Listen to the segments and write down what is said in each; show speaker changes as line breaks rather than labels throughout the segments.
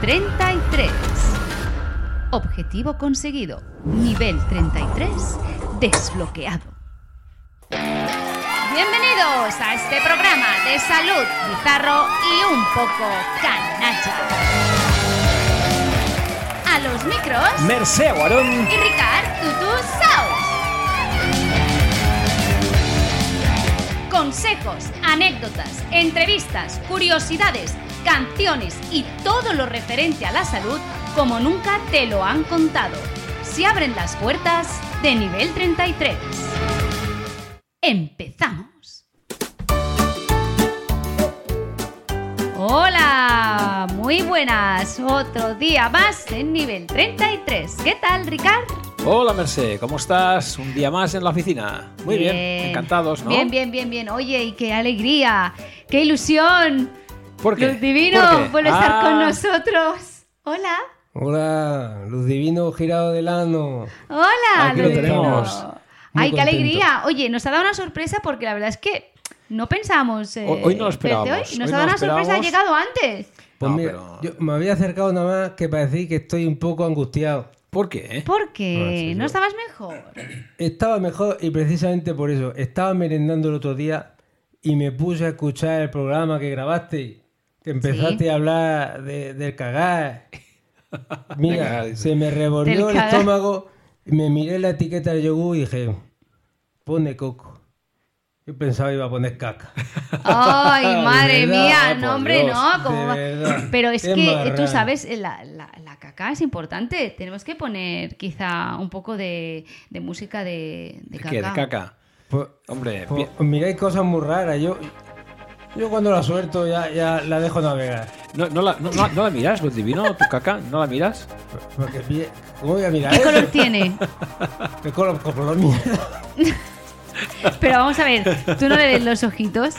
33. Objetivo conseguido. Nivel 33 desbloqueado. Bienvenidos a este programa de salud, bizarro y un poco canacha. A los micros
Mercé Guarón.
¿eh? y Ricard Tutu Saus. Consejos, anécdotas, entrevistas, curiosidades, canciones y todo lo referente a la salud como nunca te lo han contado. Se abren las puertas de nivel 33. Empezamos. Hola, muy buenas. Otro día más en nivel 33. ¿Qué tal, Ricard?
Hola, Mercé, ¿cómo estás? Un día más en la oficina. Muy bien, encantados, ¿no?
Bien, bien, bien, bien. Oye, y qué alegría, qué ilusión.
¿Por qué?
Luz Divino,
¿Por qué?
por estar
Ah,
con nosotros. Hola.
Hola, Luz Divino Girado del Ano.
Hola,
Aquí
lo
Luz Divino.
tenemos.
Ay,
Muy
qué
contento.
alegría. Oye, nos ha dado una sorpresa porque la verdad es que no pensábamos. eh,
Hoy- hoy no lo
verte
esperábamos.
Hoy. Nos
Hoy
ha dado
no lo
una sorpresa, ha
esperábamos.
llegado antes.
Pues
No,
mira,
pero-
yo me había acercado nada más que para decir que estoy un poco angustiado.
¿Por qué?
¿Por qué?
Ah, sí,
¿No
yo-
estabas mejor?
Estaba mejor y precisamente por eso. Estaba merendando el otro día y me puse a escuchar el programa que grabaste. Que empezaste
Sí.
a hablar de- del cagar.
Del cagar,
Mira,
dice.
se me
Del
revolvió el
cagar.
estómago. Me miré la etiqueta del yogur y dije, pone coco. Yo pensaba que iba a poner caca.
Ay,
De
madre
verdad,
mía,
por
no, hombre,
Dios,
no. ¿cómo
de
va?
verdad.
Pero es
Qué
que eh, tú
marrano.
sabes, eh, la, la- la caca es importante. Tenemos que poner quizá un poco de, de música de, de
¿De
caca.
qué? ¿De caca?
Pues-
Hombre,
Pues,
pi-
miráis cosas muy raras. Yo, yo cuando la suelto ya, ya la dejo navegar.
¿no, no la, no- no- no la miras, Luz Divino, tu caca? ¿No la miras?
Porque pille- ¿Cómo voy a mirar
¿Qué
eso?
color tiene?
¿Qué color? ¿Qué color mierda?
Pero vamos a ver, tú no le ves los ojitos.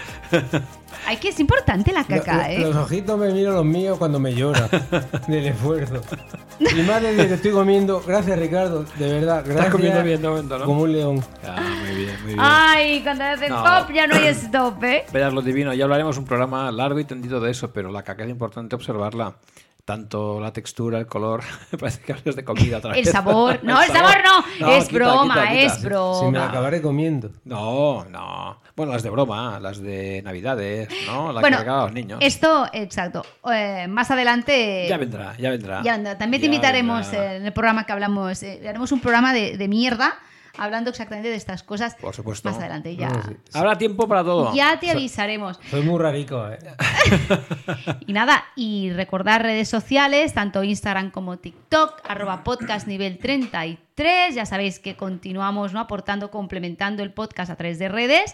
Ay, que es importante la caca,
Lo-
¿eh?
Los ojitos me miro los míos cuando me llora del esfuerzo. Y más desde que estoy comiendo. Gracias, Ricardo. De verdad, gracias.
comiendo bien de momento, ¿no?
Como un león.
Ah, muy bien, muy bien.
Ay, cuando hacen
No.
pop ya no hay stop, ¿eh?
Verás, Luz Divino, ya hablaremos un programa largo y tendido de eso, pero la caca es importante observarla. Tanto la textura, el color, parece que hablas de comida otra
El
vez.
sabor. No, el sabor no. Es
quita,
broma,
quita, quita.
es broma.
Si me la acabaré comiendo.
No, no. Bueno, las de broma, las de Navidades, ¿no? Las que regalan a los niños.
esto, exacto. Eh, más adelante.
Ya vendrá, ya vendrá.
Ya vendrá. También te
Ya
invitaremos
vendrá.
eh, en el programa que hablamos. eh, haremos un programa de, de mierda hablando exactamente de estas cosas.
Por supuesto.
Más adelante, ya.
No, sí.
Habrá tiempo para todo.
Ya te avisaremos.
Soy muy rarico, ¿eh?
Y nada, y recordar redes sociales, tanto Instagram como TikTok, arroba podcast nivel 33. Ya sabéis que continuamos ¿no? aportando, complementando el podcast a través de redes.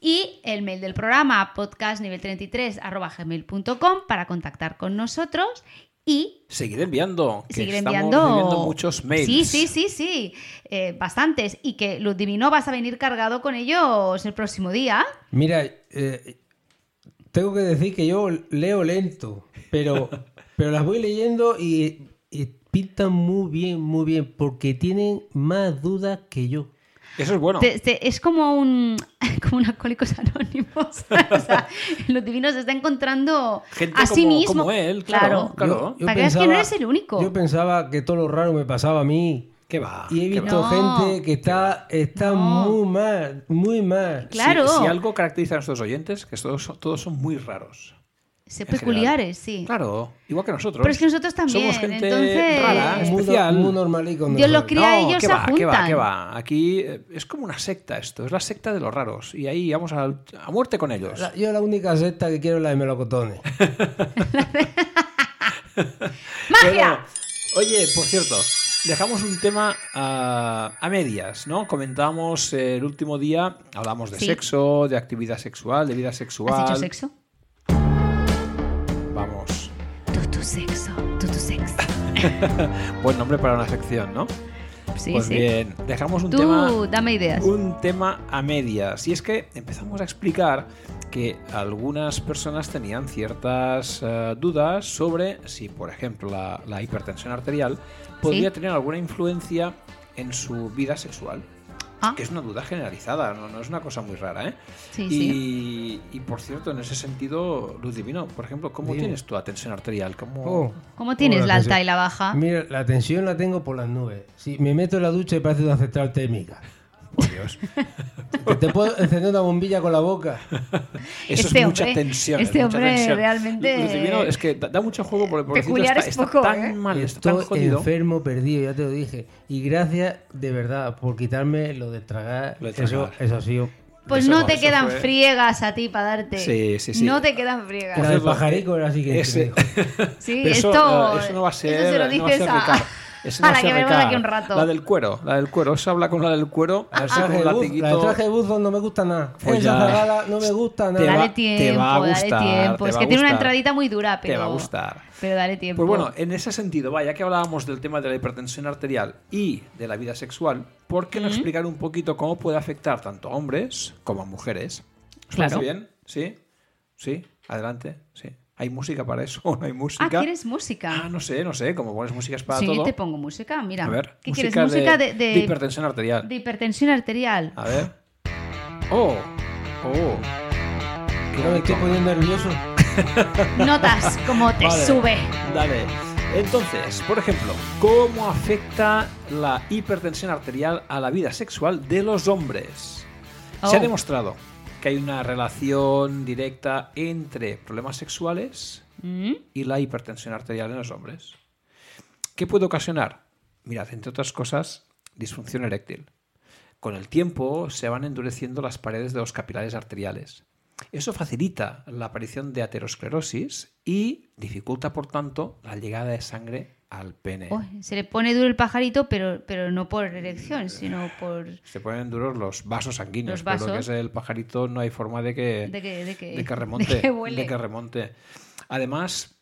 Y el mail del programa, podcastnivel33 arroba gmail.com para contactar con nosotros. Y
Seguir enviando. que
seguir
estamos
enviando
recibiendo muchos mails.
Sí, sí, sí, sí. Eh, bastantes. Y que Luz Divino vas a venir cargado con ellos el próximo día.
Mira, eh, tengo que decir que yo leo lento, pero, pero las voy leyendo y, y pintan muy bien, muy bien, porque tienen más dudas que yo.
Eso es bueno.
Te- te- es como un, como un alcohólicos anónimos. o sea, Luz Divino se está encontrando
Gente
a sí
como-
mismo.
como él, claro. Claro.
Para que veas que no eres el único.
Yo pensaba que todo lo raro me pasaba a mí.
¿Qué va?
Y he
Ah, ¿Qué va?
visto
va.
gente que está, está
No.
muy mal, muy mal.
Claro.
Si, si algo caracteriza a nuestros oyentes, que todos, son- todos son muy raros.
Sé
en general.
peculiares, sí.
Claro, igual que nosotros.
Pero es que nosotros también,
Somos gente
entonces-
rara,
muy,
especial.
muy normalico.
Dios lo
nosotros.
cría, ellos
¿qué
se
va, ¿Qué va?
juntan.
¿Qué va? Aquí eh, es como una secta esto, es la secta de los raros. Y ahí vamos a, a muerte con ellos.
La- Yo la única secta que quiero es la de melocotones.
Bueno,
¡Magia!
oye, por cierto, dejamos un tema ah, a medias, ¿no? Comentábamos eh, el último día, hablamos de
Sí.
sexo, de actividad sexual, de vida sexual.
¿Has hecho sexo?
Vamos.
Tú tu sexo, tú tu sexo.
Buen nombre para una sección, ¿no?
Sí,
pues
sí.
bien, dejamos un
Tú
tema
dame ideas.
un tema a medias. Y es que empezamos a explicar que algunas personas tenían ciertas eh, dudas sobre si, por ejemplo, la, la hipertensión arterial podría
Sí.
tener alguna influencia en su vida sexual.
Ah.
que es una duda generalizada, no, no es una cosa muy rara. ¿eh?
Sí,
y, y, por cierto, en ese sentido, Luz Divino, por ejemplo, ¿cómo
Dime.
tienes tu atención arterial? ¿Cómo...
Oh.
¿Cómo tienes
Hola,
la alta
atención.
y la baja?
Mira, la tensión la tengo por las nubes. Si me meto en la ducha y parece una central térmica.
Por Dios.
Que te puedo encender una bombilla con la boca.
Eso
Este
es mucha
hombre-
tensión.
este
es mucha
hombre
tensión.
realmente-
Luz Divino, es que da, da mucho juego porque por
Peculiar
está,
es
está
poco,
tan
¿eh?
mal, está tan
Estoy
jodido.
enfermo, perdido, ya te lo dije. Y gracias de verdad por quitarme lo de tragar.
Lo de
Eso,
tragar.
eso ha sido.
Pues
Eso-
no te
eso
quedan
fue-
friegas a ti para darte.
Sí, sí, sí.
No te quedan friegas.
La del
cierto,
pajarico era así que.
Ese-
Sí,
Pero eso,
esto,
no, eso no va a ser.
eso se lo
no va a
dices
ser
a,
Ricard. Eso no
a
va
la
a ser
que vemos aquí
Ricard.
un rato.
La del cuero, la del cuero. Se habla con la del cuero.
El
así con un
traje, de buzo, Ah, la del
latiguito.
traje de buzo no me gusta nada.
Pues
Esa
ya.
zagala no me gusta
Te
dale
nada.
va-
tiempo,
te va a gustar,
dale tiempo.
te
es
va
que
a
tiene una
gustar.
entradita muy dura,
Te
pero.
va a gustar.
Pero dale tiempo.
Pues bueno, en ese sentido, vaya que hablábamos del tema de la hipertensión arterial y de la vida sexual, ¿por qué no explicar un poquito cómo puede afectar tanto a hombres como a mujeres? ¿Os parece
Claro.
bien? ¿Sí? ¿Sí? Adelante. ¿Sí? ¿Hay música para eso o no hay música?
ah, ¿quieres música?
Ah, no sé, no sé. Como pones músicas para
sí,
todo.
te pongo música, mira.
A ver,
¿Qué quieres? Música de, de-
hipertensión arterial.
de hipertensión arterial.
A ver. ¡Oh! ¡Oh!
No me estoy poniendo nervioso.
Notas como te
Vale. Eh.
sube.
Dale. Entonces, por ejemplo, ¿cómo afecta la hipertensión arterial a la vida sexual de los hombres? Se ha
Oh.
demostrado que hay una relación directa entre problemas sexuales
¿Mm?
y la hipertensión arterial en los hombres. ¿Qué puede ocasionar? Mirad, entre otras cosas, disfunción eréctil. Con el tiempo se van endureciendo las paredes de los capilares arteriales. Eso facilita la aparición de aterosclerosis y dificulta, por tanto, la llegada de sangre al pene.
Uy, se le pone duro el pajarito, pero, pero no por erección, sino por.
Se ponen duros los vasos sanguíneos,
Los
pero lo que
vasos.
es el pajarito no hay forma de que,
De que, de que,
de que remonte.
de que vuele.
de que remonte. Además,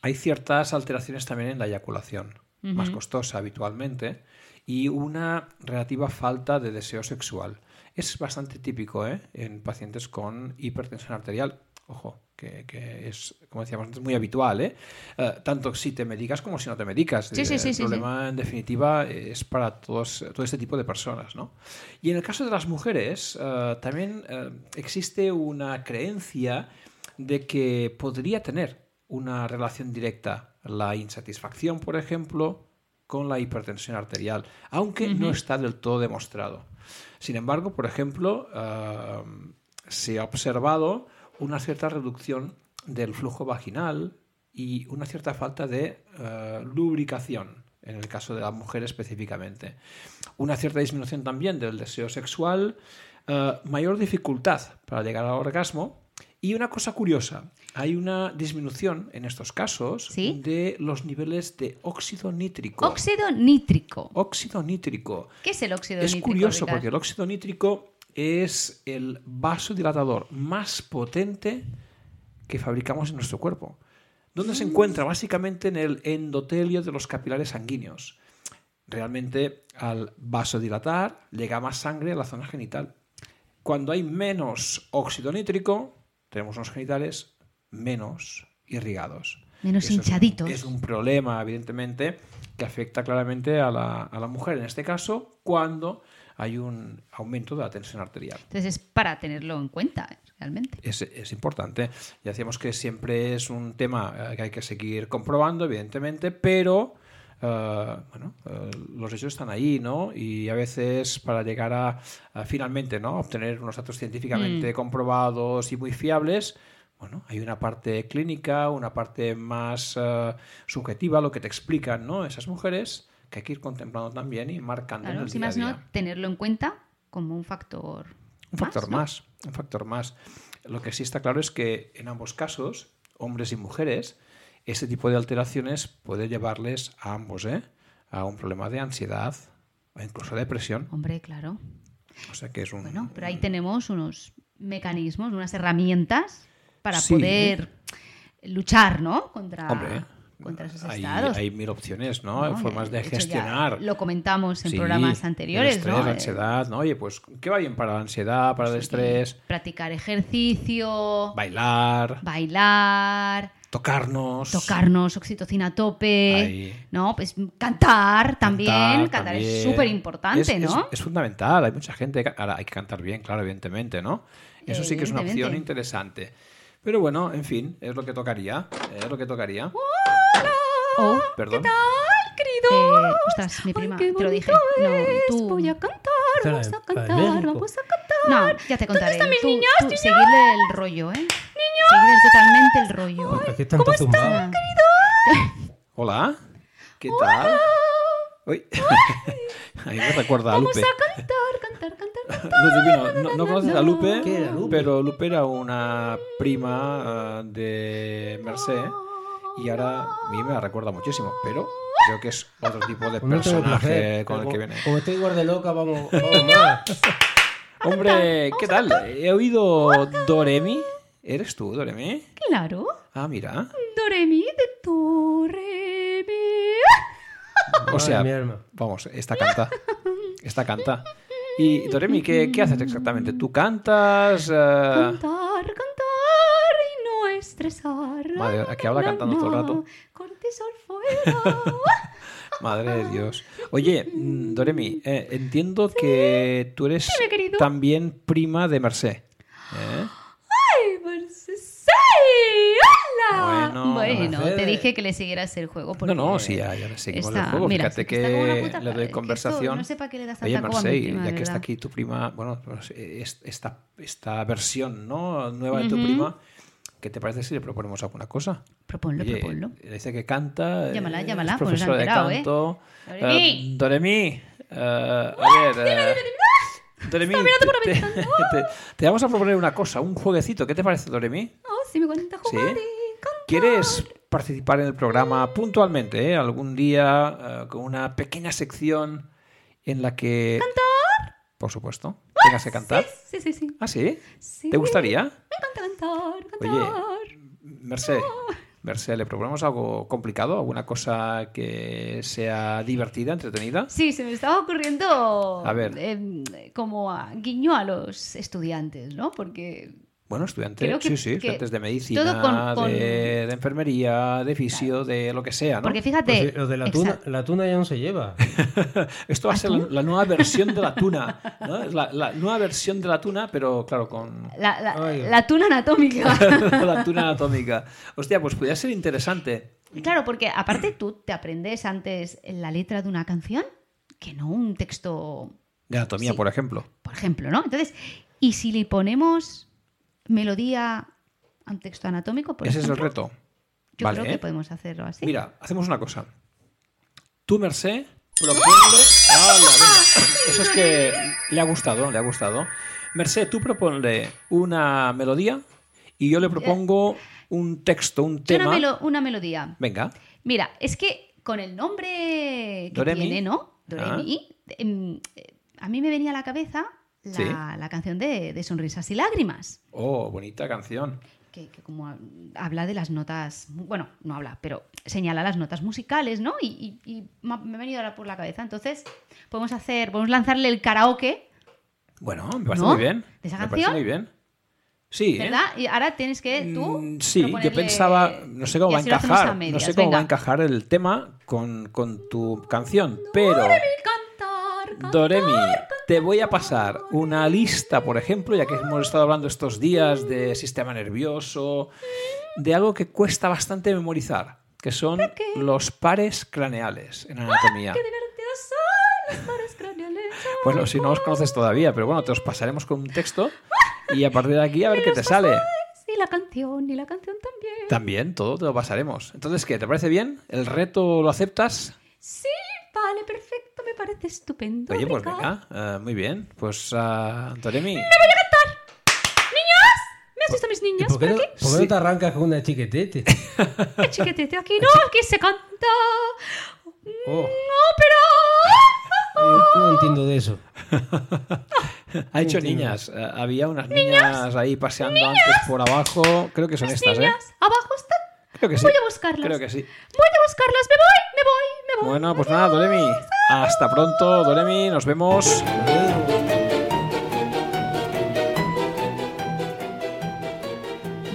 hay ciertas alteraciones también en la eyaculación, más costosa habitualmente, y una relativa falta de deseo sexual. Es bastante típico ¿eh? en pacientes con hipertensión arterial. Ojo, que, que es, como decíamos antes, muy habitual. ¿eh? Eh, tanto si te medicas como si no te medicas.
Sí,
Eh,
sí, sí, sí,
el
sí.
problema problema, en definitiva es para todos, todo este tipo de personas. ¿no? Y en el caso de las mujeres, eh, también eh, existe una creencia de que podría tener una relación directa la insatisfacción, por ejemplo, con la hipertensión arterial, aunque no está del todo demostrado. Sin embargo, por ejemplo, eh, se ha observado una cierta reducción del flujo vaginal y una cierta falta de eh, lubricación, en el caso de la mujer específicamente. Una cierta disminución también del deseo sexual, eh, mayor dificultad para llegar al orgasmo. Y una cosa curiosa, hay una disminución en estos casos
¿Sí?
de los niveles de óxido nítrico.
Óxido nítrico.
óxido nítrico.
¿Qué es el óxido
Es
nítrico?
curioso
Ricard?
porque el óxido nítrico es el vasodilatador más potente que fabricamos en nuestro cuerpo. ¿Dónde
Ah.
se encuentra? Básicamente en el endotelio de los capilares sanguíneos. Realmente al vasodilatar llega más sangre a la zona genital. Cuando hay menos óxido nítrico, tenemos unos genitales menos irrigados.
Menos
Eso es un-
hinchaditos.
Es un, problema, evidentemente, que afecta claramente a la, a la mujer, en este caso, cuando hay un aumento de la tensión arterial.
Entonces es para tenerlo en cuenta, eh, realmente.
Es, es importante. Ya decíamos que siempre es un tema eh, que hay que seguir comprobando, evidentemente, pero eh, bueno, eh, los hechos están ahí, ¿no? Y a veces para llegar a, a finalmente, ¿no? Obtener unos datos
Mm.
científicamente comprobados y muy fiables. Bueno, hay una parte clínica, una parte más eh, subjetiva, lo que te explican, ¿no? Esas mujeres que hay que ir contemplando también y marcando en
Claro,
el
si
día a
más
día.
no, tenerlo en cuenta como un factor.
Un factor
¿no?
más, un factor más. Lo que sí está claro es que en ambos casos, hombres y mujeres, este tipo de alteraciones puede llevarles a ambos, ¿eh? A un problema de ansiedad o incluso depresión.
Hombre, claro.
O sea que es un...
Bueno, pero ahí tenemos unos mecanismos, unas herramientas para
Sí.
poder luchar, ¿no? Contra,
Hombre, ¿eh?
contra esos
hay,
estados.
hay mil opciones, ¿no?
¿no?
Formas de
hecho, ya
gestionar.
Lo comentamos en
Sí,
programas
el
anteriores,
estrés,
¿no? Pues,
La
Eh,
ansiedad, ¿no? Oye, pues, ¿qué va bien para la ansiedad, para el
sí,
estrés?
Practicar ejercicio,
Bailar.
bailar,
tocarnos.
Tocarnos, oxitocina a tope,
Ahí.
¿no? Pues cantar también, cantar,
Cantar
es
también.
súper importante,
Es-
¿no?
Es, es fundamental, hay mucha gente. que- Ahora, hay que cantar bien, claro, evidentemente, ¿no? Eso sí que es una opción
Evidentemente.
interesante. Pero bueno, en fin, es lo que tocaría. Es lo que tocaría.
Oh,
Perdón.
eh, ostras, mi prima, te lo dije. No, tú...
Está en- está en México.
No, ya te contaré. tú, tú seguirle el rollo, ¿eh? Seguirle totalmente el rollo.
Aquí están todos tumbados.
Hola, ¿qué tal? Uy. Ahí me recuerda a Lupe.
Cantar, cantar, cantar.
Lo divino. No, no conoces a Lupe,
¿Qué era Lupe?
pero Lupe era una prima ah, de Merced y ahora a mí me la recuerda muchísimo, pero creo que es otro tipo de
Pues no tengo
personaje
placer.
con el que
Como-
viene.
Como estoy guardeloca, vamos, vamos más.
Hombre, ¿qué tal? He oído Doremi. ¿Eres tú, Doremi?
Claro.
Ah, mira.
Doremi de Toremi.
O sea,
Ay, mi alma.
vamos, esta canta. Esta canta. Y Doremi, ¿qué, qué haces exactamente? ¿Tú cantas? eh,
Cantar, cantar y no estresar.
Madre, aquí habla cantando todo el rato.
Cortisol fuera.
Madre de Dios. Oye, mm, Doremi, eh, entiendo que tú eres
Dime, querido.
también prima de Merced. ¿eh?
¡Ay, Mercedes! ¡Sí! ¡Hala!
Bueno,
te
Mercedes.
dije que le siguieras el juego. Porque
No, no, sí, ya, ya le seguimos
está-
el juego.
mira,
Fíjate
está como una
que
puta
le
pa- es que
doy
esto,
conversación.
no sé pa' qué le das
Oye,
tanta coba a mi
Merced,
prima, de
ya que está
verdad.
aquí tu prima, bueno, no sé, es- esta, esta versión ¿no? nueva de tu prima, ¿qué te parece si le proponemos alguna cosa?
Proponlo,
Oye,
proponlo.
le Dice que canta. eh,
Llámala,
es
llámala, pues nos
Profesora
ha
de
enterado, ¿eh?
canto.
Doremi.
Eh, Doremi. eh,
¡Ah!
a ver. eh, Doremi. te, te- te- te vamos a proponer una cosa, un jueguecito. ¿Qué te parece, Doremi?
Oh, sí, me cuenta
¿Sí?
jugar y cantar.
¿Quieres participar en el programa puntualmente, eh, algún día, eh, con una pequeña sección en la que. ¿Cantar? Por supuesto. Tengas que cantar.
¡Ah! Sí, sí, sí.
¿Ah, sí?
Sí.
¿Te gustaría?
Me encanta cantar,
Oye,
cantar.
Merced, Merced, ¿le proponemos algo complicado? ¿Alguna cosa que sea divertida, entretenida?
Sí, se me estaba ocurriendo
A ver.
eh, como a- guiño a los estudiantes, ¿no? Porque
Bueno, estudiantes,
Creo que-
sí, sí,
que
estudiantes de medicina,
todo con- con-
De, de enfermería, de fisio, de lo que sea, ¿no?
porque
Pues
fíjate,
sí, lo de la tuna,
exacto.
la tuna ya no se lleva.
Esto va a ser la, la nueva versión de la tuna, ¿no? Es la, la nueva versión de la tuna, pero claro, con
La, la-
Oiga.
la tuna anatómica.
la tuna anatómica. Hostia, pues podría ser interesante.
Y Claro, porque aparte tú te aprendes antes la letra de una canción que no un texto,
De anatomía, por ejemplo.
por ejemplo, ¿no? Entonces, ¿y si le ponemos melodía a un texto anatómico? Por
Ese es el
ejemplo?
reto.
Yo
Vale,
creo que
¿eh?
podemos hacerlo así.
Mira, hacemos una cosa. Tú, Merced, proponle. ¡Hala, venga! Eso es que le ha gustado, le ha gustado. Merced, tú proponle una melodía y yo le propongo un texto, un
Yo Una,
tema.
melo- una melodía.
Venga,
Mira, es que con el nombre que
Doremi. Ah.
tiene, ¿no? Doremi, em, eh, a mí me venía a la cabeza la,
Sí.
la canción de, de Sonrisas y Lágrimas.
oh, bonita canción.
que, que como ha- habla de las notas, bueno, no habla, pero señala las notas musicales, ¿no? Y, y- y me ha- me ha venido ahora por la cabeza. Entonces, podemos hacer, podemos lanzarle el karaoke,
Bueno, me parece
¿No?
muy bien.
¿De esa
me parece
canción?
muy bien. Sí, ¿eh?
¿verdad? Y ahora tienes que tú.
Mm, Sí,
proponerle-
yo pensaba, no sé
Y
cómo va a
así lo hacemos
encajar,
a medias.
no sé cómo va a
Venga.
encajar el tema con, con tu canción, pero
Cantar, cantar.
Doremi, te voy a pasar una lista, por ejemplo, ya que hemos estado hablando estos días de sistema nervioso, de algo que cuesta bastante memorizar, que son los pares craneales en anatomía.
¡Ah, Qué divertidos son los pares craneales.
Bueno, si no os conoces todavía, pero bueno, te os pasaremos con un texto y a partir de aquí a ver qué te sale.
Y la canción, y la canción también.
También, todo te lo pasaremos. Entonces, ¿qué? ¿Te parece bien? ¿El reto lo aceptas?
Sí, vale, perfecto, me parece estupendo.
Oye, pues
Ricardo.
venga, eh, muy bien. Pues, ah, Doremi,
¡Niños! ¿Me has visto mis
¿Y
niñas
por qué, no,
aquí?
por qué no te arrancas con una chiquetete?
El chiquitete aquí no, aquí se canta Mm,
Oh,
ópera.
eh, no
Oh.
entiendo de eso.
ha hecho niñas. Eh, había unas niñas, ahí paseando antes por abajo. Creo que son estas, ¿eh?
Niñas, abajo están.
Creo que sí.
Voy a buscarlas.
Creo que sí.
Voy a buscarlas, me voy, me voy, me voy.
Bueno, pues nada, Doremi. Hasta pronto, Doremi. Nos vemos.
Y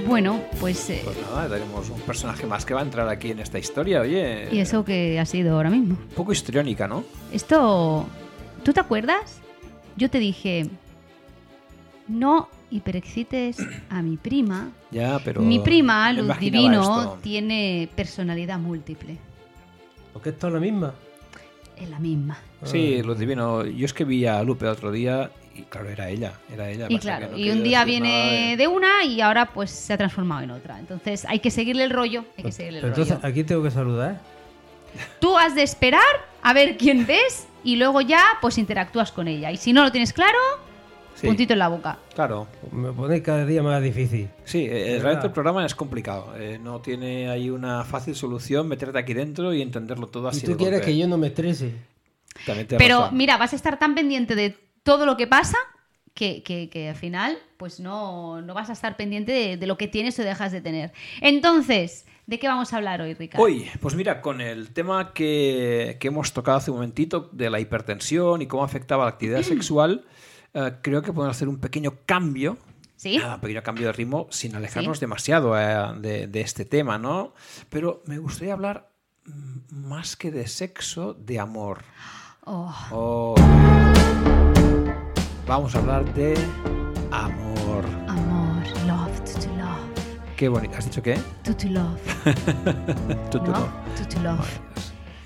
Bueno, pues... eh,
Pues nada, tenemos un personaje más que va a entrar aquí en esta historia, oye.
y eso que ha sido ahora mismo.
Un poco histriónica, ¿no?
Esto... ¿Tú te acuerdas? Yo te dije... No hiperexcites a mi prima.
Ya, pero.
mi prima,
me
Luz
imaginaba
Divino,
esto.
tiene personalidad múltiple.
Porque esto es la misma.
Es la misma.
Sí, Luz Divino. Yo es que vi a Lupe otro día y, claro, era ella. Era ella.
Y
pasa que
claro,
no
y
quería
un día
decir nada
viene
de-
de una y ahora pues se ha transformado en otra. Entonces hay que seguirle el rollo, hay
Pues,
que seguirle el
Pero entonces
rollo.
aquí tengo que saludar.
Tú has de esperar a ver quién ves y luego ya pues interactúas con ella. Y si no lo tienes claro,
Sí,
puntito en la boca.
Claro.
Me pone cada día más difícil.
Sí, eh,
Es
realmente
verdad.
el programa es complicado. eh, no tiene ahí una fácil solución meterte aquí dentro y entenderlo todo así.
y tú
de
quieres
golpe.
que yo no me estrese.
También tienes
Pero
razón.
mira, vas a estar tan pendiente de todo lo que pasa que, que- que al final pues no, no vas a estar pendiente de, de lo que tienes o dejas de tener. Entonces, ¿de qué vamos a hablar hoy, Ricardo?
Hoy, pues mira, con el tema que, que hemos tocado hace un momentito de la hipertensión y cómo afectaba la actividad sexual, eh, creo que podemos hacer un pequeño cambio.
¿Sí?
ah, Un pequeño cambio de ritmo sin alejarnos demasiado eh, de, de este tema, ¿no? Pero me gustaría hablar mm, más que de sexo, de amor.
Oh,
Oh. Vamos a hablar de amor.
amor, love, to, to love,
Qué bonito. ¿Has dicho qué?
to, to love.
Tú, tú,
¿no?
no.
To to love.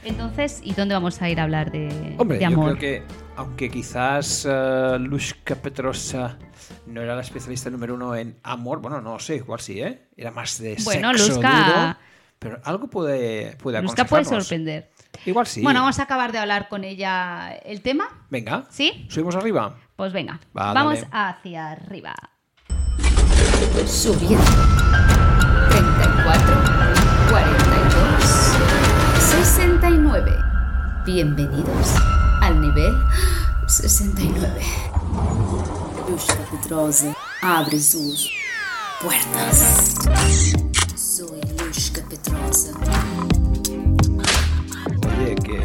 Entonces, ¿y dónde vamos a ir a hablar de,
Hombre,
de
yo
amor?
creo que, aunque quizás eh, Lushka Petrosa no era la especialista número uno en amor, bueno, no sé, igual sí, ¿eh? Era más de
Bueno,
sexo
Lushka-
duro, pero algo puede, puede
Luzca puede
aconsejarnos.
sorprender.
Igual sí.
Bueno, vamos a acabar de hablar con ella el tema.
Venga,
¿Sí?
subimos arriba.
Pues venga,
Va,
vamos
dale.
hacia arriba.
Subiendo. 34, 42, 69. Bienvenidos al nivel 69. Lucha Pedrosa abre sus puertas. Soy Lushka Pedrosa.
Oye, qué,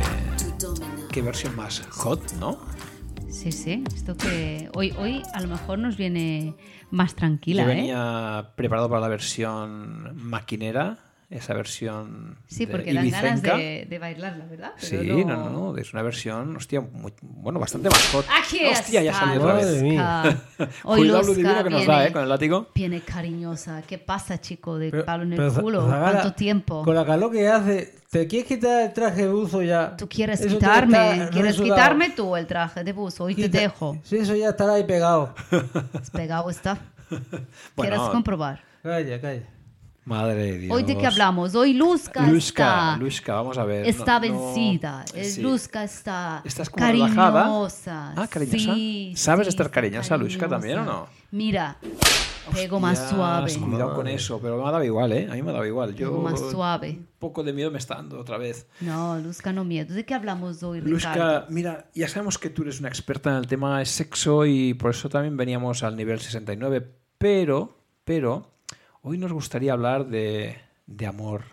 Tú domina.
qué versión más hot, ¿no?
Sí, sí, esto que hoy, hoy a lo mejor nos viene más tranquila,
Yo
¿eh?
venía preparado para la versión maquinera, esa versión
Sí,
de
porque dan ganas
ibicenca.
de, de bailarla, ¿verdad?
Eh, Sí,
Pero
no... no, no, es una versión, hostia, muy- bueno, bastante más hot.
Aquí
hostia, ya
está,
salió otra vez.
Madre mía.
Luzca. Hoy
Cuidado lo
Luzca
divino que nos
viene,
da, ¿eh? Con el látigo.
viene cariñosa. ¿Qué pasa, chico? De
Pero-
palo en el
pero Za-
culo.
Zagala,
¿Cuánto tiempo?
Con la calor que hace, ¿te quieres quitar el traje buzo ya?
Tú quieres
Eso te
quitarme,
está
quieres
resudado.
quitarme tú el traje de buzo. Hoy te
Quita-
dejo.
Sí, eso ya estará ahí pegado.
Pegado está.
Bueno,
Quieres comprobar.
Calla, calla.
Madre de Dios.
Hoy de qué hablamos. Hoy Luzca,
Lushka,
está,
Lushka, vamos a ver.
está
no- no-
vencida. Es
sí.
Luzca está
Estás como
cariñosa.
relajada. Ah, cariñosa.
Sí,
¿Sabes
sí,
estar
está
cariñosa, Lushka, también o no?
Mira, pego más
Ya,
suave.
Cuidado con eso, pero me ha dado igual, ¿eh? A mí me ha dado igual. Yo,
Pego más suave.
Un poco de miedo me está dando otra vez.
No, Luzca, no miedo. ¿De qué hablamos hoy, Ricardo?
Lushka, mira, ya sabemos que tú eres una experta en el tema de sexo y por eso también veníamos al nivel 69, pero, pero, hoy nos gustaría hablar de, de amor.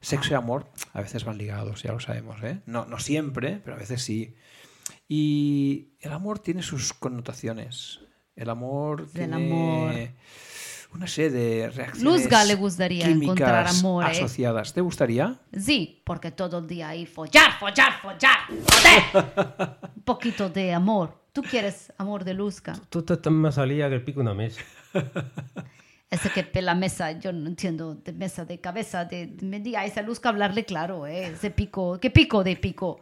Sexo y amor a veces van ligados, ya lo sabemos, ¿eh? No, no siempre, pero a veces sí. Y el amor tiene sus connotaciones. El amor
Del
tiene
amor.
una serie de reacciones
Luzga le gustaría
químicas
encontrar amor, ¿eh?
asociadas. ¿Te gustaría?
Sí, porque todo el día ahí follar, follar, follar. ¡Joder! Un poquito de amor. ¿Tú quieres amor de Luzca?
Tú estás tan más salida que el pico de una mesa.
Ese que pela mesa, yo no entiendo, de mesa, de cabeza, de, de- me diga esa luz que hablarle claro, ¿eh? Ese pico, ¿qué pico de pico?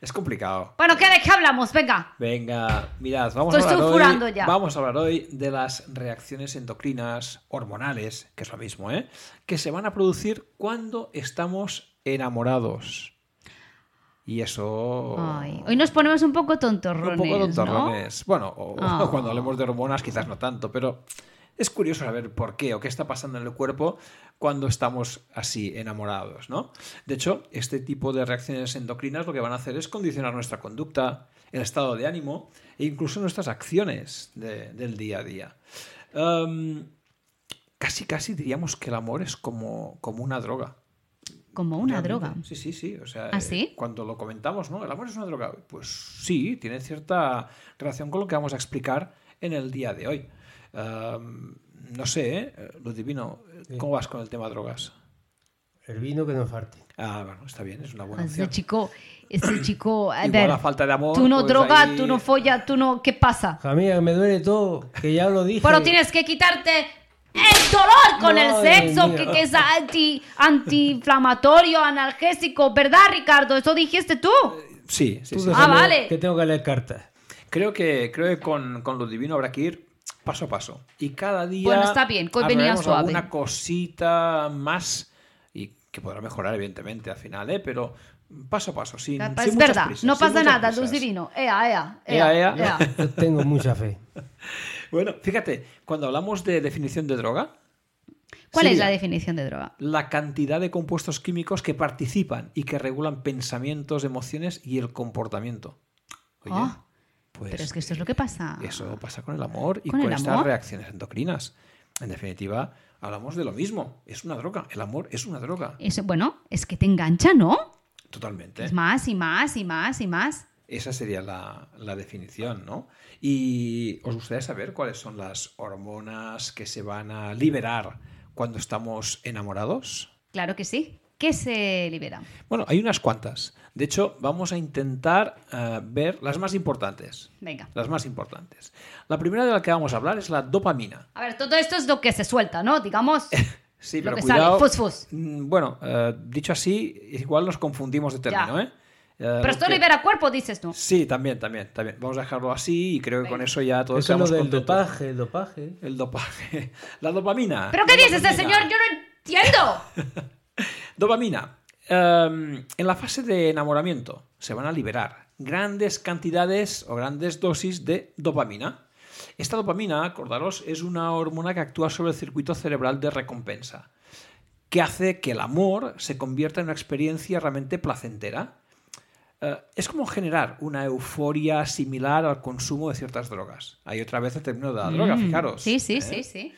Es complicado.
Bueno, ¿qué de qué hablamos? Venga.
Venga, mirad, vamos
Estoy
a, hablar
sulfurando
hoy,
ya.
vamos a hablar hoy de las reacciones endocrinas, hormonales, que es lo mismo, ¿eh? que se van a producir cuando estamos enamorados. Y eso...
Ay, hoy nos ponemos un poco tontorrones,
Oh. un poco
¿no?
tontorrones. Bueno, o-
Ah.
o cuando hablemos de hormonas quizás no tanto, pero es curioso saber por qué o qué está pasando en el cuerpo cuando estamos así enamorados, ¿no? De hecho, este tipo de reacciones endocrinas lo que van a hacer es condicionar nuestra conducta, el estado de ánimo e incluso nuestras acciones de- del día a día. Em, casi, casi diríamos que el amor es como, como una droga.
Como una
Realmente.
droga.
Sí, sí, sí. O sea,
¿Ah,
eh,
sí?
cuando lo comentamos, ¿no? El amor es una droga. Pues sí, tiene cierta relación con lo que vamos a explicar en el día de hoy. Am, no sé, ¿eh? lo divino. ¿Cómo vas con el tema drogas?
El vino que no falte.
Ah, bueno, está bien, es una buena
Este
opción.
chico, este chico, a
Igual
ver,
la falta de amor,
tú no
pues
drogas,
ahí-
tú no follas, tú no, ¿qué pasa?
Jamía, me duele todo, que ya lo dije.
Pero tienes que quitarte el dolor con el
Madre
sexo,
mía.
que, que es anti, antiinflamatorio, analgésico, ¿verdad, Ricardo? Eso dijiste tú.
Eh, Sí, sí,
Tú
sí.
Ah,
déjame
vale.
Que tengo que leer cartas.
Creo que, creo que con, con lo divino habrá que ir paso a paso. Y cada día.
Bueno, está bien, que hoy venía
hablaremos
suave.
alguna cosita más y que podrá mejorar, evidentemente, al final, ¿eh? Pero paso a paso, sin. sin
es
muchas
verdad,
prisas,
no
sin
pasa
muchas
nada, luz
prisas.
divino. Ea, ea,
Ea,
ea.
ea.
ea.
Yo tengo mucha fe.
Bueno, fíjate, cuando hablamos de definición de droga,
¿Cuál es
Siria.
la definición de droga?
la cantidad de compuestos químicos que participan y que regulan pensamientos, emociones y el comportamiento. Oye,
Ah,
pues
Pero es que esto es lo que pasa.
eso pasa con el amor y
¿Con
con,
el
estas
amor?
reacciones endocrinas. En definitiva, hablamos de lo mismo. Es una droga. El amor es una droga.
Eso, bueno, es que te engancha, ¿no?
Totalmente.
Es más y más y más y más.
Esa sería la, la definición, ¿no? Y os gustaría saber cuáles son las hormonas que se van a liberar cuando estamos enamorados.
Claro que sí. ¿Qué se libera?
Bueno, hay unas cuantas. De hecho, vamos a intentar eh, ver las más importantes.
Venga.
Las más importantes. La primera de la que vamos a hablar es la dopamina.
A ver, todo esto es lo que se suelta, ¿no? Digamos.
Sí,
Lo
pero
que
cuidado.
sale, fus, fus.
Mm, Bueno, eh, dicho así, igual nos confundimos de término,
Ya.
¿eh? Eh,
Pero esto
porque-
libera cuerpo, dices tú.
Sí, también, también, también. Vamos a dejarlo así y creo que con
Venga.
eso ya todos
Eso es lo
estamos
del
contentos.
dopaje, el dopaje.
El dopaje. La dopamina.
¿Pero qué
La
dice ese
dopamina.
señor? Yo no entiendo.
Dopamina. Em, en la fase de enamoramiento se van a liberar grandes cantidades o grandes dosis de dopamina. Esta dopamina, acordaros, es una hormona que actúa sobre el circuito cerebral de recompensa, que hace que el amor se convierta en una experiencia realmente placentera. Eh, es como generar una euforia similar al consumo de ciertas drogas. Ahí otra vez el término de la droga,
Mm.
fijaros.
Sí, sí,
¿eh?
sí, sí.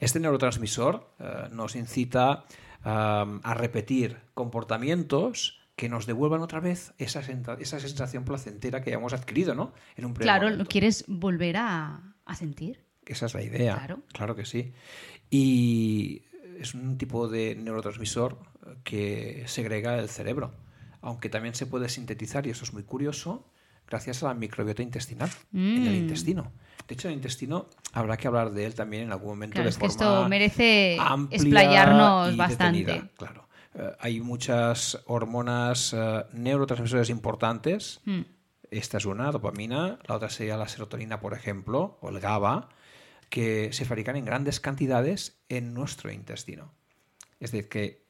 Este neurotransmisor eh, nos incita am, a repetir comportamientos que nos devuelvan otra vez esa, senta- esa sensación placentera que hayamos adquirido, ¿no? En un primer
Claro, lo
momento.
quieres volver a, a sentir.
Esa es la idea.
Claro.
que sí. Y es un tipo de neurotransmisor que segrega el cerebro, aunque también se puede sintetizar, y eso es muy curioso, gracias a la microbiota intestinal en el
Mm.
intestino. De hecho, el intestino habrá que hablar de él también en algún momento
Claro,
de
es que
forma
esto merece
amplia
explayarnos
y
bastante.
detenida, claro. Eh, hay muchas hormonas eh, neurotransmisores importantes
Mm.
esta es una, dopamina. La otra sería la serotonina, por ejemplo, o el GABA, que se fabrican en grandes cantidades en nuestro intestino. Es decir, que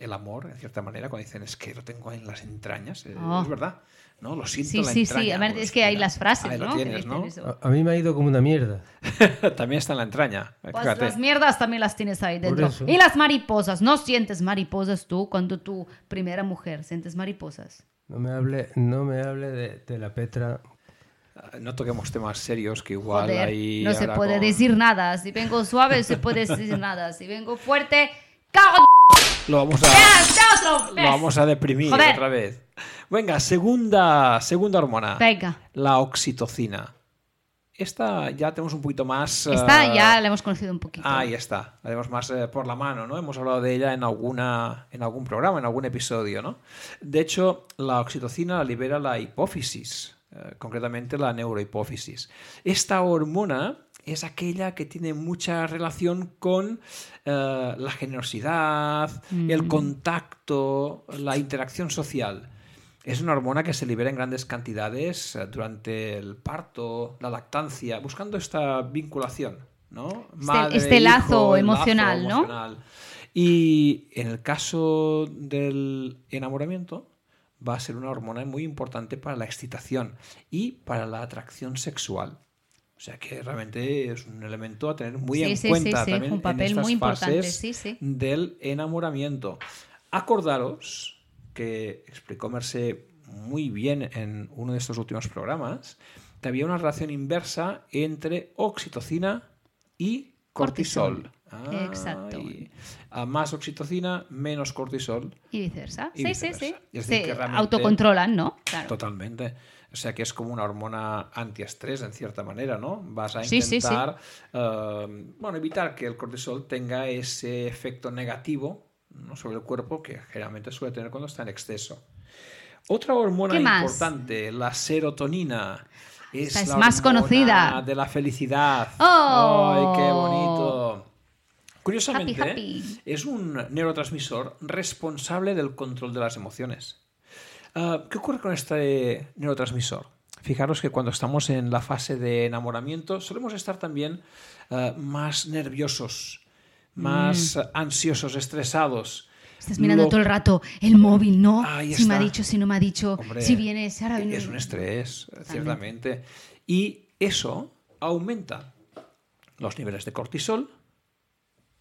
el amor, en cierta manera, cuando dicen es que lo tengo en las entrañas, eh,
Oh.
es verdad. No, lo siento.
Sí,
en la
sí, sí.
entraña,
Además,
pues,
es que hay
mira,
las frases,
ahí lo
¿no? Que
tienes,
dicen
¿no?
eso.
A, a mí me ha ido como una mierda.
También está en la entraña.
Pues
fíjate.
las mierdas también las tienes ahí
Por
dentro.
eso.
Y las mariposas. ¿No sientes mariposas tú cuando tu primera mujer sientes mariposas?
No me hable, no me hable de, de la Petra.
Ah, No toquemos temas serios que igual
Joder,
ahí
no se
ahora
puede
con-
decir nada. Si vengo suave, se puede decir nada. Si vengo fuerte, cago
Lo vamos a...
en otro.
Lo vamos a deprimir
Joder.
otra vez. Venga, segunda, segunda hormona.
Venga.
La oxitocina. Esta ya tenemos un poquito más.
Esta
eh,
ya la hemos conocido un poquito. ¿eh?
Ahí Ah, está. La tenemos más eh, por la mano, ¿no? Hemos hablado de ella en, alguna, en algún programa, en algún episodio, ¿no? De hecho, la oxitocina la libera la hipófisis, eh, concretamente la neurohipófisis. Esta hormona es aquella que tiene mucha relación con eh, la generosidad, el contacto, la interacción social. Es una hormona que se libera en grandes cantidades eh, durante el parto, la lactancia, buscando esta vinculación, ¿no?
este lazo
el
emocional, ¿no?
emocional. Y en el caso del enamoramiento, va a ser una hormona muy importante para la excitación y para la atracción sexual. O sea que realmente es un elemento a tener muy
Sí,
en
sí, sí,
cuenta
sí,
también
un papel
en estas
muy importante,
fases
sí, sí.
del enamoramiento. Acordaros que explicó Mercé muy bien en uno de estos últimos programas que había una relación inversa entre oxitocina y cortisol. Ah,
Exacto.
y a más oxitocina, menos cortisol.
Y viceversa.
Y
sí, sí, sí.
viceversa. Es
Se
decir, que realmente-
autocontrolan, ¿no? Claro.
Totalmente. O sea que es como una hormona antiestrés en cierta manera, ¿no? Vas a
Sí, sí, sí.
intentar eh, bueno, evitar que el cortisol tenga ese efecto negativo ¿no? sobre el cuerpo que generalmente suele tener cuando está en exceso. Otra hormona
¿Qué más?
importante, la serotonina. Es,
Esta es
la
más
hormona
conocida.
De la felicidad.
¡Oh!
¡Ay, qué bonito! Curiosamente,
Happy, happy.
es un neurotransmisor responsable del control de las emociones. Ah, ¿Qué ocurre con este neurotransmisor? Fijaros que cuando estamos en la fase de enamoramiento solemos estar también ah, más nerviosos, más ah, ansiosos, estresados.
Mm. Estás mirando
Lo-
todo el rato el móvil, ¿no?
Ahí
si me ha
está.
dicho, si no me ha dicho,
Hombre,
si viene, si ahora viene.
Es un estrés, ciertamente. Y eso aumenta los niveles de cortisol,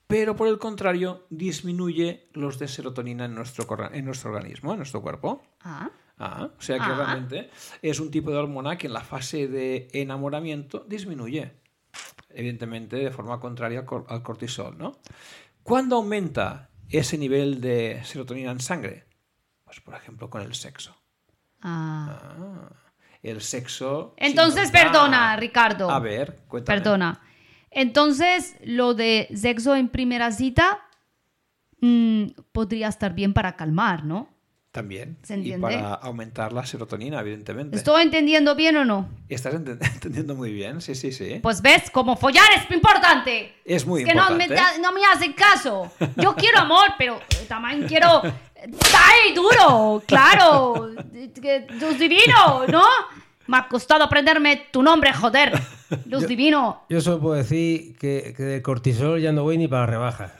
pero por el contrario disminuye los de serotonina en nuestro, corra- en nuestro organismo, en nuestro cuerpo.
Ah,
Ah, o sea que
Ah.
realmente es un tipo de hormona que en la fase de enamoramiento disminuye, evidentemente de forma contraria al cor- al cortisol, ¿no? ¿Cuándo aumenta ese nivel de serotonina en sangre? Pues por ejemplo con el sexo.
ah.
Ah, el sexo... si
Entonces,
nos da-
perdona, Ricardo.
A ver, cuéntame.
Perdona. Entonces, lo de sexo en primera cita mm, podría estar bien para calmar, ¿no?
También.
¿Se
y
entiende?
para aumentar la serotonina, evidentemente.
¿Estoy entendiendo bien o no?
Estás enten- entendiendo muy bien, sí, sí, sí.
Pues ves, como follar es importante.
Es muy
Es que no me,
importante. ¿eh?
da- no me hacen caso. Yo quiero amor, pero eh, también quiero. ¡Ay, duro! ¡Claro! eh, que- ¡Luz divino! ¿No? Me ha costado aprenderme tu nombre, joder. Luz divino.
Yo solo puedo decir que, que del cortisol ya no voy ni para rebajas.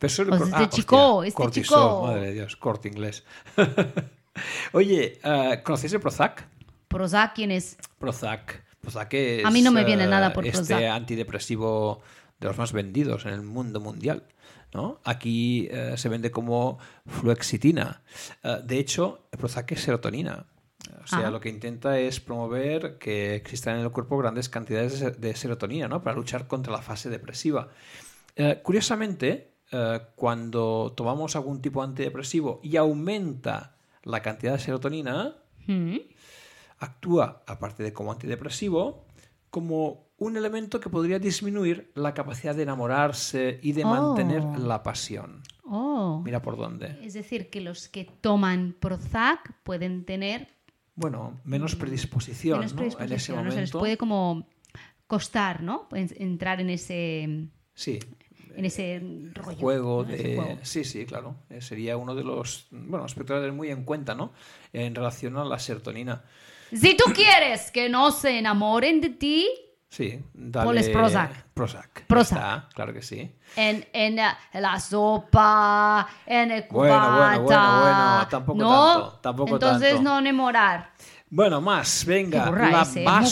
Pero solo
Pues
cor- Ah,
este chico, este
cortisol,
chico.
madre de Dios, corte inglés. Oye, eh, ¿conocéis el Prozac?
Prozac, ¿quién es?
Prozac. Prozac es,
A mí no me viene
eh,
nada por
este
Prozac.
antidepresivo de los más vendidos en el mundo mundial. ¿no? Aquí eh, se vende como fluoxetina. Eh, de hecho, el Prozac es serotonina. O sea,
Ajá.
lo que intenta es promover que existan en el cuerpo grandes cantidades de ser- de serotonina ¿no? para luchar contra la fase depresiva. Eh, curiosamente, eh, cuando tomamos algún tipo de antidepresivo y aumenta la cantidad de serotonina,
Hmm.
actúa, aparte de como antidepresivo, como un elemento que podría disminuir la capacidad de enamorarse y de
Oh.
mantener la pasión.
Oh.
Mira por dónde.
Es decir, que los que toman Prozac pueden tener
Bueno, menos predisposición,
Mm. menos
¿no? en ese
predisposición. ¿no?
momento.
Se les puede como costar, ¿no? En- Entrar en ese, en
Sí,
ese rollo.
juego
¿no?
de...
Ese juego.
Sí, sí, claro. Eh, Sería uno de los... Bueno, aspectos a tener muy en cuenta, ¿no? En relación a la serotonina.
Si tú quieres que no se enamoren de ti,
Sí, dale...
Ponles Prozac.
Prozac. Ya
Prozac.
está, claro que sí.
en, en, eh, la sopa, en el
Bueno, bueno, bueno,
cubata,
bueno, tampoco
¿no?
tanto, tampoco
Entonces
tanto.
no enamorar.
Bueno, más, venga,
Qué burra
la
ese, es muy burra, no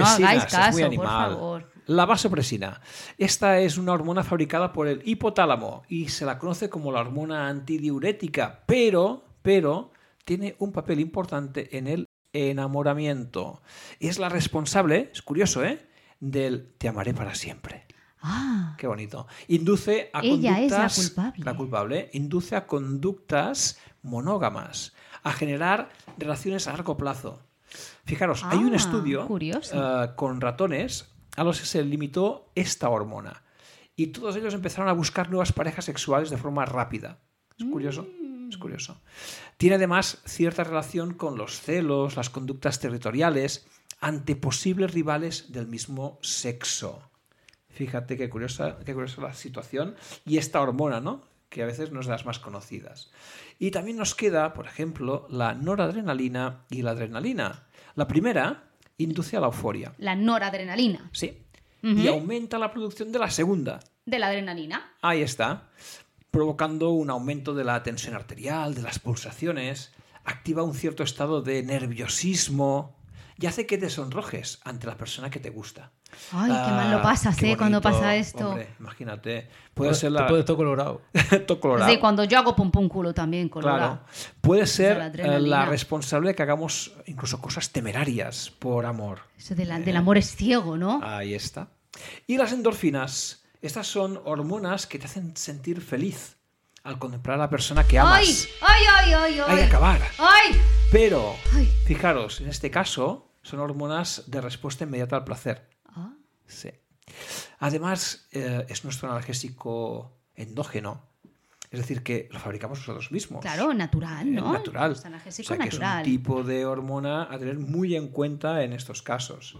vasopresina.
hagáis
ese es muy
caso, por
animal.
favor.
La vasopresina. Esta es una hormona fabricada por el hipotálamo y se la conoce como la hormona antidiurética, pero, pero tiene un papel importante en el enamoramiento. Es la responsable, es curioso, ¿eh? Del te amaré para siempre.
Ah,
Qué bonito. Induce a
Ella es la
conductas.
culpable.
la culpable. Induce a conductas monógamas, a generar relaciones a largo plazo. Fijaros, hay un
Ah,
estudio
curioso.
eh, con ratones a los que se limitó esta hormona. Y todos ellos empezaron a buscar nuevas parejas sexuales de forma rápida. Es
Mm.
curioso. Es curioso. Tiene además cierta relación con los celos, las conductas territoriales ante posibles rivales del mismo sexo. Fíjate qué curiosa, qué curiosa la situación y esta hormona, ¿no? Que a veces no es de las más conocidas. Y también nos queda, por ejemplo, la noradrenalina y la adrenalina. La primera induce a la euforia,
la noradrenalina,
sí, y
Ujú.
aumenta la producción de la segunda.
de la adrenalina.
Ahí está, provocando un aumento de la tensión arterial, de las pulsaciones, activa un cierto estado de nerviosismo y hace que te sonrojes ante la persona que te gusta.
Ay, qué mal lo
Ah,
pasas,
qué
¿eh? Cuando
bonito.
pasa esto.
Hombre, imagínate. Puede ser
Te
la.
puedes todo colorado.
Todo colorado.
Sí, cuando yo hago pum pum culo también, ah, colorado.
Claro. Puede
la
ser eh, la
adrenalina.
responsable de que hagamos incluso cosas temerarias por amor.
Eso de la- del amor es ciego, ¿no?
Ahí está. Y las endorfinas Estas son hormonas que te hacen sentir feliz al contemplar a la persona que
¡Ay!
amas.
¡Ay, ay, ay, ay!
Hay que acabar.
¡Ay!
Pero,
Ay.
fijaros, en este caso son hormonas de respuesta inmediata al placer.
Ah,
Sí. Además, eh, es nuestro analgésico endógeno. Es decir, que lo fabricamos nosotros mismos.
claro, natural,
Eh,
¿no?
Natural.
Es analgésico
O sea, que
natural.
Es un tipo de hormona a tener muy en cuenta en estos casos.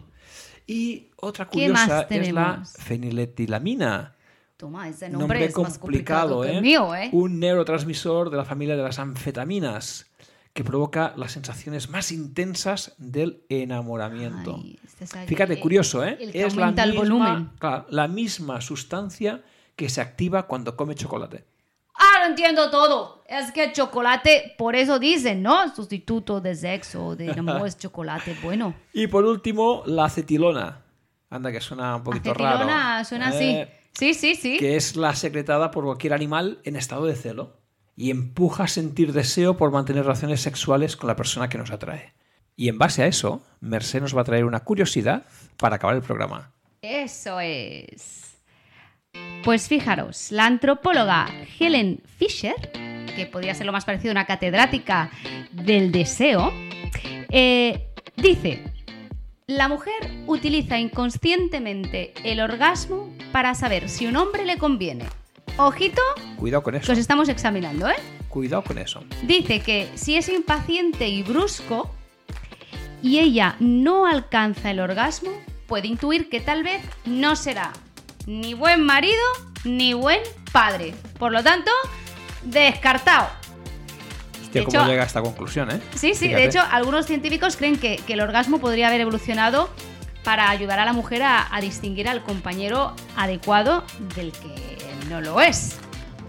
Y otra
¿Qué más
curiosa es la
tenemos?
feniletilamina.
Toma, ese nombre,
Nombre
es más
complicado,
complicado que
¿eh?
el mío, ¿eh?
Un neurotransmisor de la familia de las anfetaminas que provoca las sensaciones más intensas del enamoramiento.
Ay, este es el-
Fíjate,
el-
curioso, ¿eh?
El que
es la
aumenta el
misma,
volumen.
claro, la misma sustancia que se activa cuando come chocolate.
Ah, lo entiendo todo. Es que el chocolate, por eso dicen, ¿no? Sustituto de sexo, de amor es chocolate. Bueno,
Y por último, la acetilona. Anda, que suena un poquito
acetilona
raro.
suena
Eh,
así. Sí, sí, sí.
Que es la secretada por cualquier animal en estado de celo y empuja a sentir deseo por mantener relaciones sexuales con la persona que nos atrae. Y en base a eso, Merced nos va a traer una curiosidad para acabar el programa.
Eso es. Pues fijaros, la antropóloga Helen Fisher, que podría ser lo más parecido a una catedrática del deseo, eh, dice, la mujer utiliza inconscientemente el orgasmo para saber si un hombre le conviene. Ojito,
Cuidado con eso.
que os estamos examinando, ¿eh?
Cuidado con eso.
Dice que si es impaciente y brusco y ella no alcanza el orgasmo, puede intuir que tal vez no será ni buen marido ni buen padre. Por lo tanto, descartado.
Hostia,
De
¿cómo
hecho-
llega a esta conclusión, eh?
Sí, sí,
Fíjate.
de hecho, algunos científicos creen que, que el orgasmo podría haber evolucionado para ayudar a la mujer a, a distinguir al compañero adecuado del que no lo es.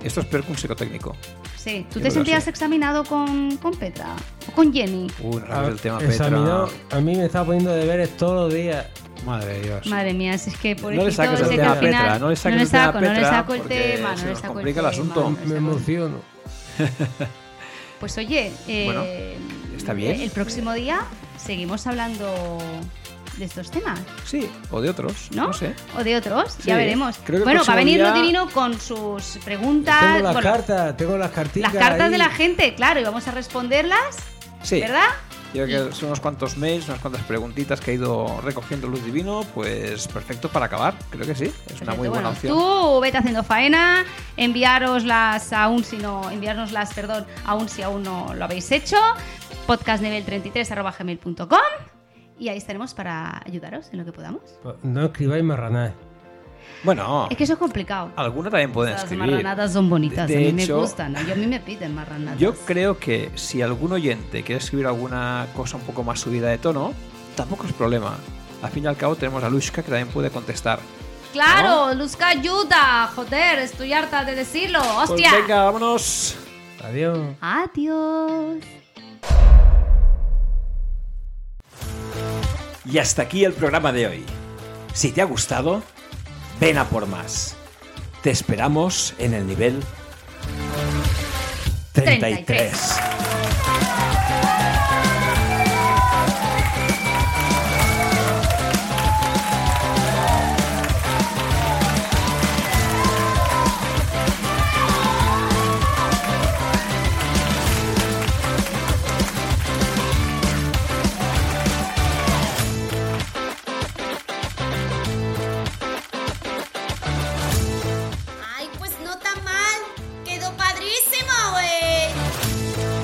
Esto es peor que un psicotécnico.
Sí, ¿tú te
Yo creo que
sentías
sí.
examinado con, con Petra o con Jenny?
Uy, no
A-
sabes el tema,
examinado,
Petra.
a mí me está poniendo deberes todos los días.
Madre de Dios.
Madre mía, si es que por
Pues No le saques el tema a Petra, no le saques el tema a
saco, no le
Petra,
saco el
porque
tema,
se
no le
nos
saco
complica el
tema,
asunto.
no le saco
Me
el-
emociono.
Pues oye, eh,
Bueno, está bien.
El próximo día seguimos hablando de estos temas,
Sí, o de otros,
¿no?
no sé.
O de otros,
Sí.
ya veremos.
Creo que el
Bueno, va a
próximo
venir lo
día-
divino con sus preguntas,
Tengo las
bueno,
cartas, tengo las cartitas.
las cartas
ahí.
de la gente, claro, y vamos a responderlas,
Sí.
¿verdad?
Yo creo que son unos cuantos mails, unas cuantas preguntitas que ha ido recogiendo Luz Divino, pues perfecto para acabar, creo que sí, es una
Perfecto,
muy buena
bueno,
opción.
Tú vete haciendo faena, enviároslas aún si no, enviárnoslas, perdón, aún si aún no lo habéis hecho, podcastnivel33.gmail.com y ahí estaremos para ayudaros en lo que podamos.
No escribáis marranás.
Bueno,
Es que eso es complicado.
alguna también pueden
Las
Ah, escribir.
marranadas son bonitas,
De- de
a mí
hecho,
me gustan, ¿no? yo a mí me piden marranadas.
Yo creo que si algún oyente quiere escribir alguna cosa un poco más subida de tono, tampoco es problema. Al fin y al cabo tenemos a Lushka que también puede contestar.
Claro, Luzca ayuda, joder, estoy harta de decirlo, hostia.
Pues venga, vámonos.
Adiós.
Adiós.
Y hasta aquí el programa de hoy. Si te ha gustado, ven a por más. Te esperamos en el nivel 33.
Ay, pues no tan mal. Quedó padrísimo, güey.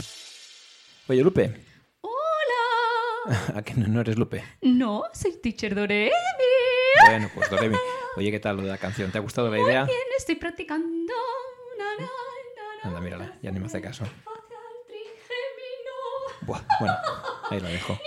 Oye, Lupe,
Hola.
a que no, no eres Lupe.
No, soy teacher Doremi.
Bueno, pues Doremi. Oye, ¿qué tal lo de la canción? ¿Te ha gustado la idea?
Bien, estoy practicando. Na, na, na, na,
Anda, mírala, ya ni me hace caso.
hacia el trigémino.
Buah, bueno, ahí lo dejo.